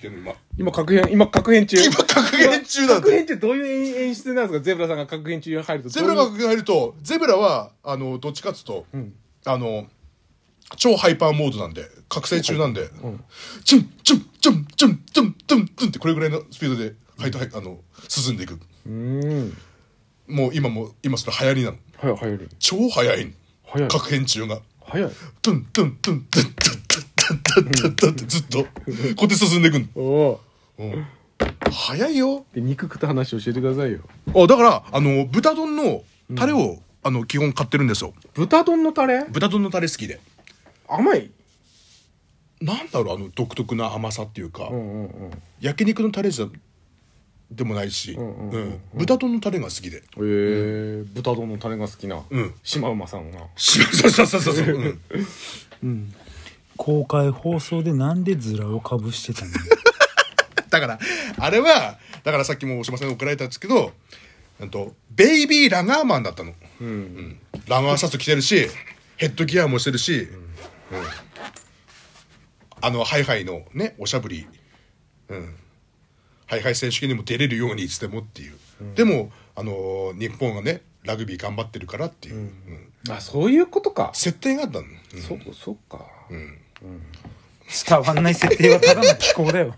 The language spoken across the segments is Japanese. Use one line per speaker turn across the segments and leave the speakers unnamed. でも今、
今、格変、今、格変中。
今、格言中なん
格
で。
変中、どういう演演出なんですかゼブラさんが格変中に入ると。
ゼブラが
どういう
格言入ると、ゼブラは、あの、どっちかっつうと、
ん
あの、超ハイパーモードなんで、覚醒中なんで、チュン、チュン、チュン、チュン、チュン、チュン、チュンってこれぐらいのスピードで、はい、はい、あの、進んでいく。
うん。
もう今も、今それ流行りなの。
早い、早い。
超速いの。
早い。
格変中が。
早い。
トゥントゥントゥントゥントゥントゥントゥントゥントゥンってずっと、こうやって進んでいくの。
おお。
うん早いよ。
で、肉食った話教えてくださいよ。
あだからあの豚丼のタレを、あの基本買ってるんですよ
豚丼のタレ
豚丼のタレ好きで
甘い。
なんだろうあの独特な甘さっていうか、
うんうんうん。
焼肉のタレじゃでもないし、うん
んうんうんうん
豚丼のタレが好きで
ええ豚丼のタレが好きな。
うん
島馬さんが。
そうそうそうそうそう、うん、
公開放送でなんでズラをかぶしてたの
だからあれはだからさっきも大島さんに怒られたんですけどなんとベイビーラガーマンだったの、うんラガーシャツ着てるしヘッドギアもしてるし、うんあのハイハイのねおしゃぶり、うん、ハイハイ選手権にも出れるようにいつでもっていう、でもあのー日本がねラグビー頑張ってるからっていう、うん
あ、そういうことか。
設定があったの、うん
そ、そっか。
伝わんない設定はただの気候だよ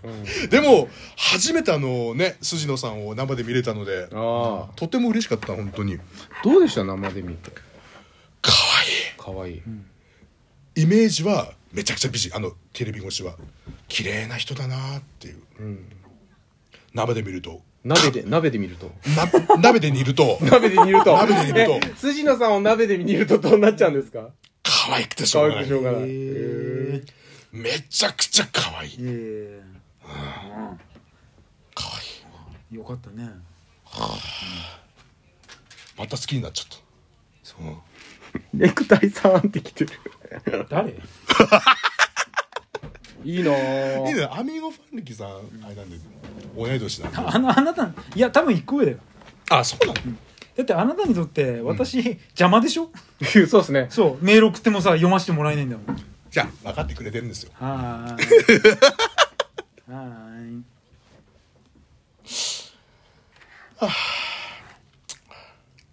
でも初めてあのね辻野さんを生で見れたので
ああ。
とても嬉しかった本当に
どうでした生で見て。
可愛い
かわいい。
イメージはめちゃくちゃ美人あのテレビ越しは綺麗な人だなっていう、鍋で見ると
鍋で、鍋で見ると。
な 鍋で煮ると
鍋で煮ると。
鍋で煮ると
え辻野さんを鍋で煮るとどうなっちゃうんですか
可愛くてし
可
ょう
愛
が
く
ない
てしょうがない。へー
めちゃくちゃ可愛い
え
可愛い
えよかったね
また好きになっちゃったそう
ネクタイさんって来てる。
誰
いいなぁ
いいねアミーゴファン歴さんあれなんで同い年なんで
あのあなたいや多分一個上だよ
あそうなの
だってあなたにとって私、邪魔でしょ
そうですね。
そうメール送ってもさ読ませてもらえないんだもん
じゃあ分かってくれてるんですよ
はーいはーい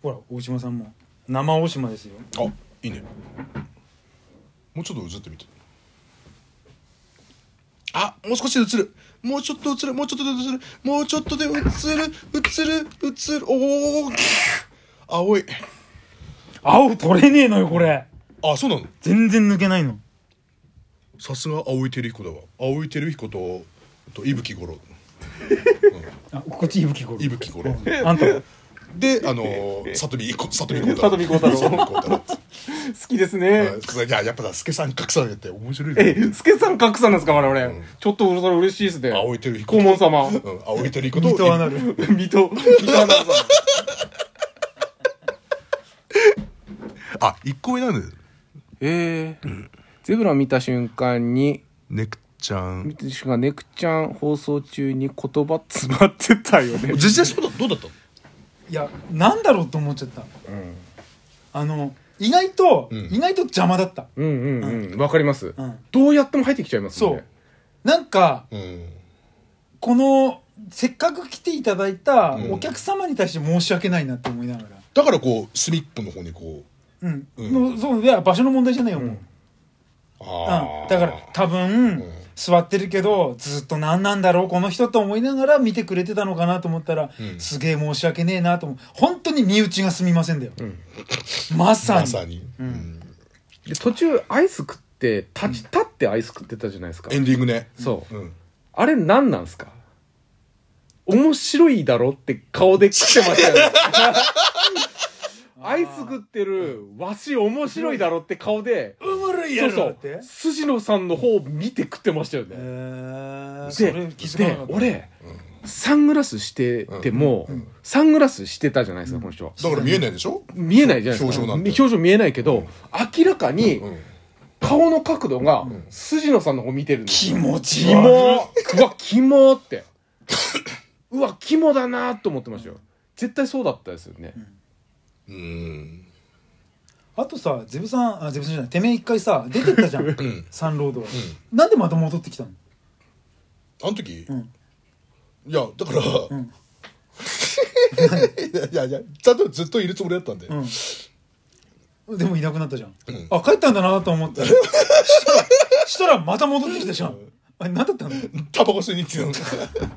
ほら大島さんも生大島ですよ
あいいねもうちょっと映ってみてあもう少しで映るもうちょっと映るもうちょっとで映るもうちょっとで映る映る映るおお青い
青取れねえのよこれ
あそうなの
全然抜けないの
さすが青井照彦だわ青井照彦とあと伊吹五郎
あこっち伊吹こ
伊吹五郎
あんたは
であのー、里見こ里見孝太
里見孝太郎
里見孝太郎
好きですね。
あいややっぱだ助さん格さんやって面白いね
え、スケさん格さんなんですか我々。ちょっとそれ嬉しいですね。
青井照彦
黄門様。
うん青井照彦
水
と
戸はなる
水戸、水戸アナウンサー。
あ一個上なんだよ
ええゼブラを見た瞬間に、
ネクちゃん
見た瞬間、ネクちゃん放送中に言葉詰まってたよね。
実際そうだどうだったの
いやなんだろうと思っちゃったあの意外と、
ん
意外と邪魔だった
うんうんうん。わかります
うん。
どうやっても入ってきちゃいますもんね。
なんか
うん
このせっかく来ていただいた
うん
お客様に対して申し訳ないなって思いながら
だからこうスリップの方にこう
うん、
うん
もうそういや場所の問題じゃないよ、もう、うん、
ああ
だから多分、
ん
座ってるけどずっと何なんだろうこの人と思いながら見てくれてたのかなと思ったら、
うん
すげえ申し訳ねえなと思う本当に身内がすみませんだよ、まさに
まさに、うん
で途中、アイス食って、立ち、立ってアイス食ってたじゃないですか
エ。ンディングね
そう。
うん
あれ何なんすか面白いだろって顔で食ってま したよね。アイス食ってる、わし面白いだろって顔で、
うむるい
そ
や
うそ
ろっ
う
て、
辻野さんの方を見て食ってましたよ
え
ね。
ー、それ
で
気、づかな
で
かっ、た
俺、サングラスしてても、サングラスしてたじゃないですか、この人。
だから見えないでしょ
見えないじゃないですか。
表情なんて
表情見えないけど、明らかに
ん
顔の角度が辻野さんの方見てるんですよ
気持ちいい
キモーうわ、キモーって。うわ、キモだなーと思ってましたよ。絶対そうだったですよね。
うん
あとさゼブさんあゼブさんじゃないてめえ一回さ出てったじゃん、
ん
サンロードは、なんでまた戻ってきたの
あの時、
ん
いやだから、
ん
いやいやいやちゃんとずっといるつもりだったんで、
んでもいなくなったじゃん、あ帰ったんだなと思 ったらしたらしたらまた戻ってきたじゃんあれ何だったの
タバコ吸いに行ってたの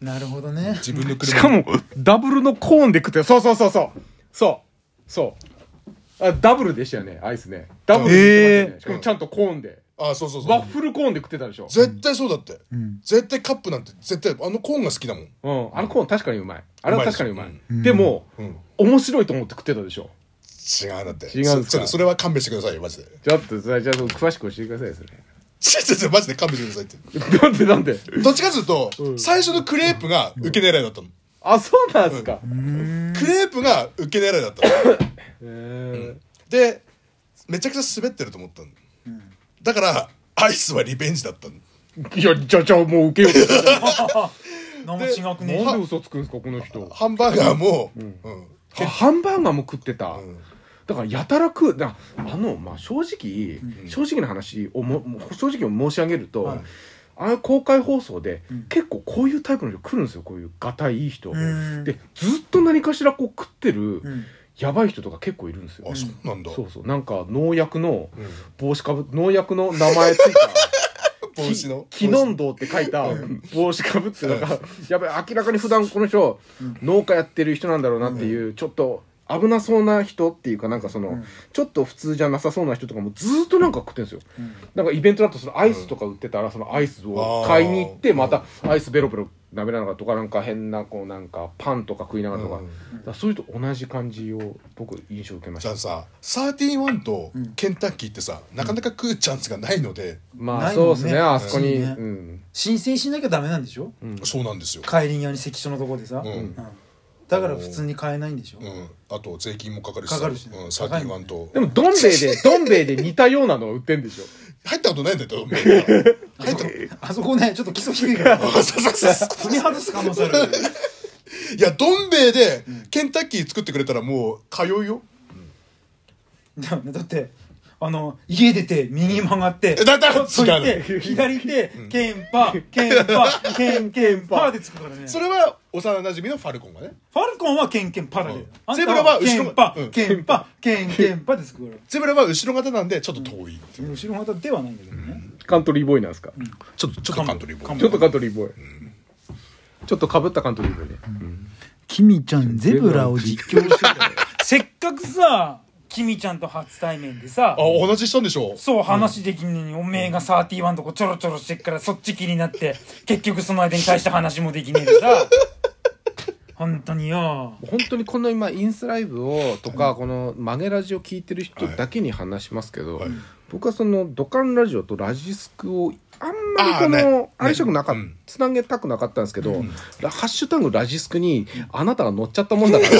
なるほど ね
自分の車
しかも、ダブルのコーンで食って、そうそうそうそう。そう。そう。あダブルでしたよね、アイスね。ダブルで食ってましたよね
えー
しかもちゃんとコーンで。
あそうそうそう
ワッフルコーンで食ってたでしょ。
絶対そうだって、
ん
絶対カップなんて絶対あのコーンが好きだもん
うん。あのコーン確かにうまい。あれは確かにう
う
ま
まいで
い。でも、
うん
面白いと思って食ってたでしょ。
違うだって
違うんすか
そそれそれは勘弁してくださいよマジで
ちょっと、じゃあ、じゃあ詳しく教えてくださいよ、それ。
ちょちょちょマジで勘弁してくださいって
なんでなんで
どっちかというと、最初のクレープが受け狙いだったの、
あ、そうなんですか。
クレープが受け狙いだったの
へー
でめちゃくちゃ滑ってると思ったの、だからアイスはリベンジだったの
いや、じゃあ、じゃあもう受けようと。
何も違くね
なんで嘘つくんですか、この人。
ハンバーガーも、うん
あハンバーガーも食ってた、
ん
だからやたら食うだあの、まあ、正直、正直な話をももう正直に申し上げると、
はい
あの公開放送で、結構こういうタイプの人来るんですよこういうがたいいい人、
ん
でずっと何かしらこう食ってる、
ん
やばい人とか結構いるんですよ、
あそうなんだ、
そうそうなんか農薬の帽子かぶ農薬の名前ついた
帽子の
キノンドウって書いた帽子かぶってなんかやばい明らかに普段この人農家やってる人なんだろうなっていうちょっと危なそうな人っていうかなんかそのちょっと普通じゃなさそうな人とかもずーっとなんか食ってるんですよなんかイベントだとそのアイスとか売ってたらそのアイスを買いに行ってまたアイスベロベロ舐めながらとかなんか変なこうなんかパンとか食いながらとか
うん
だからそういうと同じ感じを僕印象受けまし
じゃ
た
あさサーティワンとケンタッキーってさ、なかなか食うチャンスがないので、
まあ
ない
そう
もんね
ですねあそこに
そうね
うん
申請しなきゃダメなんでしょ
そうなんですよ、
帰り際に関所のとこでさ、
うん
うんだから普通に買えないんでしょ、
うん、あと税金もかかるし
かかるしね
うん、サーティワンと
でもどん兵衛 でどん兵衛で似たようなのを売ってんでしょ
入ったことないんだよメールが入った
あそこねちょっと基礎低い から
そうそうそうそう
踏み外す可能性ある
いやどん兵衛でケンタッキー作ってくれたらもう通うよ
だよねだってあの家出て右曲がって
えだだ
ちょっと行って
違う
左行ってケンパケンパケンケンパでつくからね
それは幼馴染みのファルコンがね
ファルコンはケンケンパだけど
うん
あんた
ゼブラは後
ケ
ろ
ンパ
うん
ケンパケンケンパでつくから
ゼブラは後ろ型なんでちょっと遠いっていう、
後ろ方ではないんだけどね
カントリーボーイなんですか、
ちょっとちょっとカントリーボーイ
ちょっとカントリーボーイ、ちょっとかぶったカントリーボーイね、
キミちゃんゼブラを実況してたよ
せっかくさキミちゃんと初対面でさ
あお話ししたんでしょ
そう話できんのに、おめえが31とこちょろちょろしてっからそっち気になって結局その間に大した話もできねえで さ本当によ
本当にこの今インスタライブをとか、この曲げラジオ聞いてる人だけに話しますけど、
はい
僕はそのドカンラジオとラジスクをあんまりこ
あーね
の相性なかっ
うん
つなげたくなかったんですけど、ラハッシュタグラジスクにあなたが乗っちゃったもんだから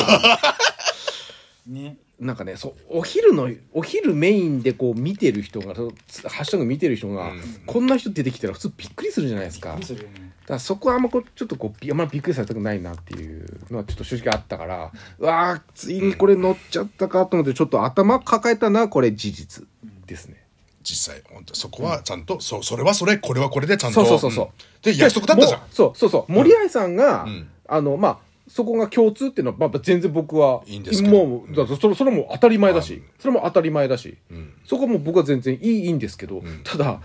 ね
なんかねそうお昼のお昼メインでこう見てる人がそのつハッシュタグ見てる人が、
うん
こんな人出てきたら普通びっくりするじゃないですか。
するよね
だからそこはあんまこうちょっとこうびあんまりびっくりされたくないなっていうのはちょっと正直あったからうわーついにこれ乗っちゃったかと思ってちょっと頭抱えたなこれ事実ですね。
実際本当そこはちゃんと、そうそれはそれこれはこれでちゃんと
そうそうそうそうん
で約束だったじゃん
もうそうそうそう森合さんが、
うん
あのまあそこが共通っていうのは、まあ、全然僕はい
いんですけど
もうだからそれそれも当たり前だし、それも当たり前だし、
ん
そこはもう僕は全然いいいいんですけど、ただ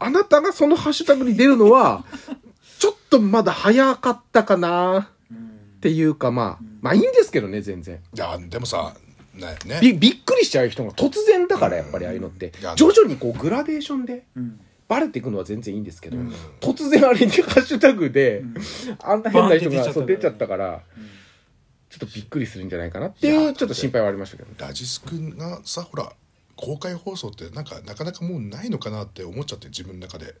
あなたがそのハッシュタグに出るの はちょっとまだ早かったかなっていうかまあまあいいんですけどね全然
いやでもさねね
びびっくりしちゃう人が突然だからやっぱりああいうのって
いや
徐々にこうグラデーションで
ん
バレていくのは全然いいんですけど、突然あれにハッシュタグで、あんな変な人
バン
が
って出ちゃったからね
そう出ちゃったから、ちょっとびっくりするんじゃないかなっていうちょっと心配はありましたけどね
ラジスクがさほら公開放送ってなんかなかなかもうないのかなって思っちゃって自分の中で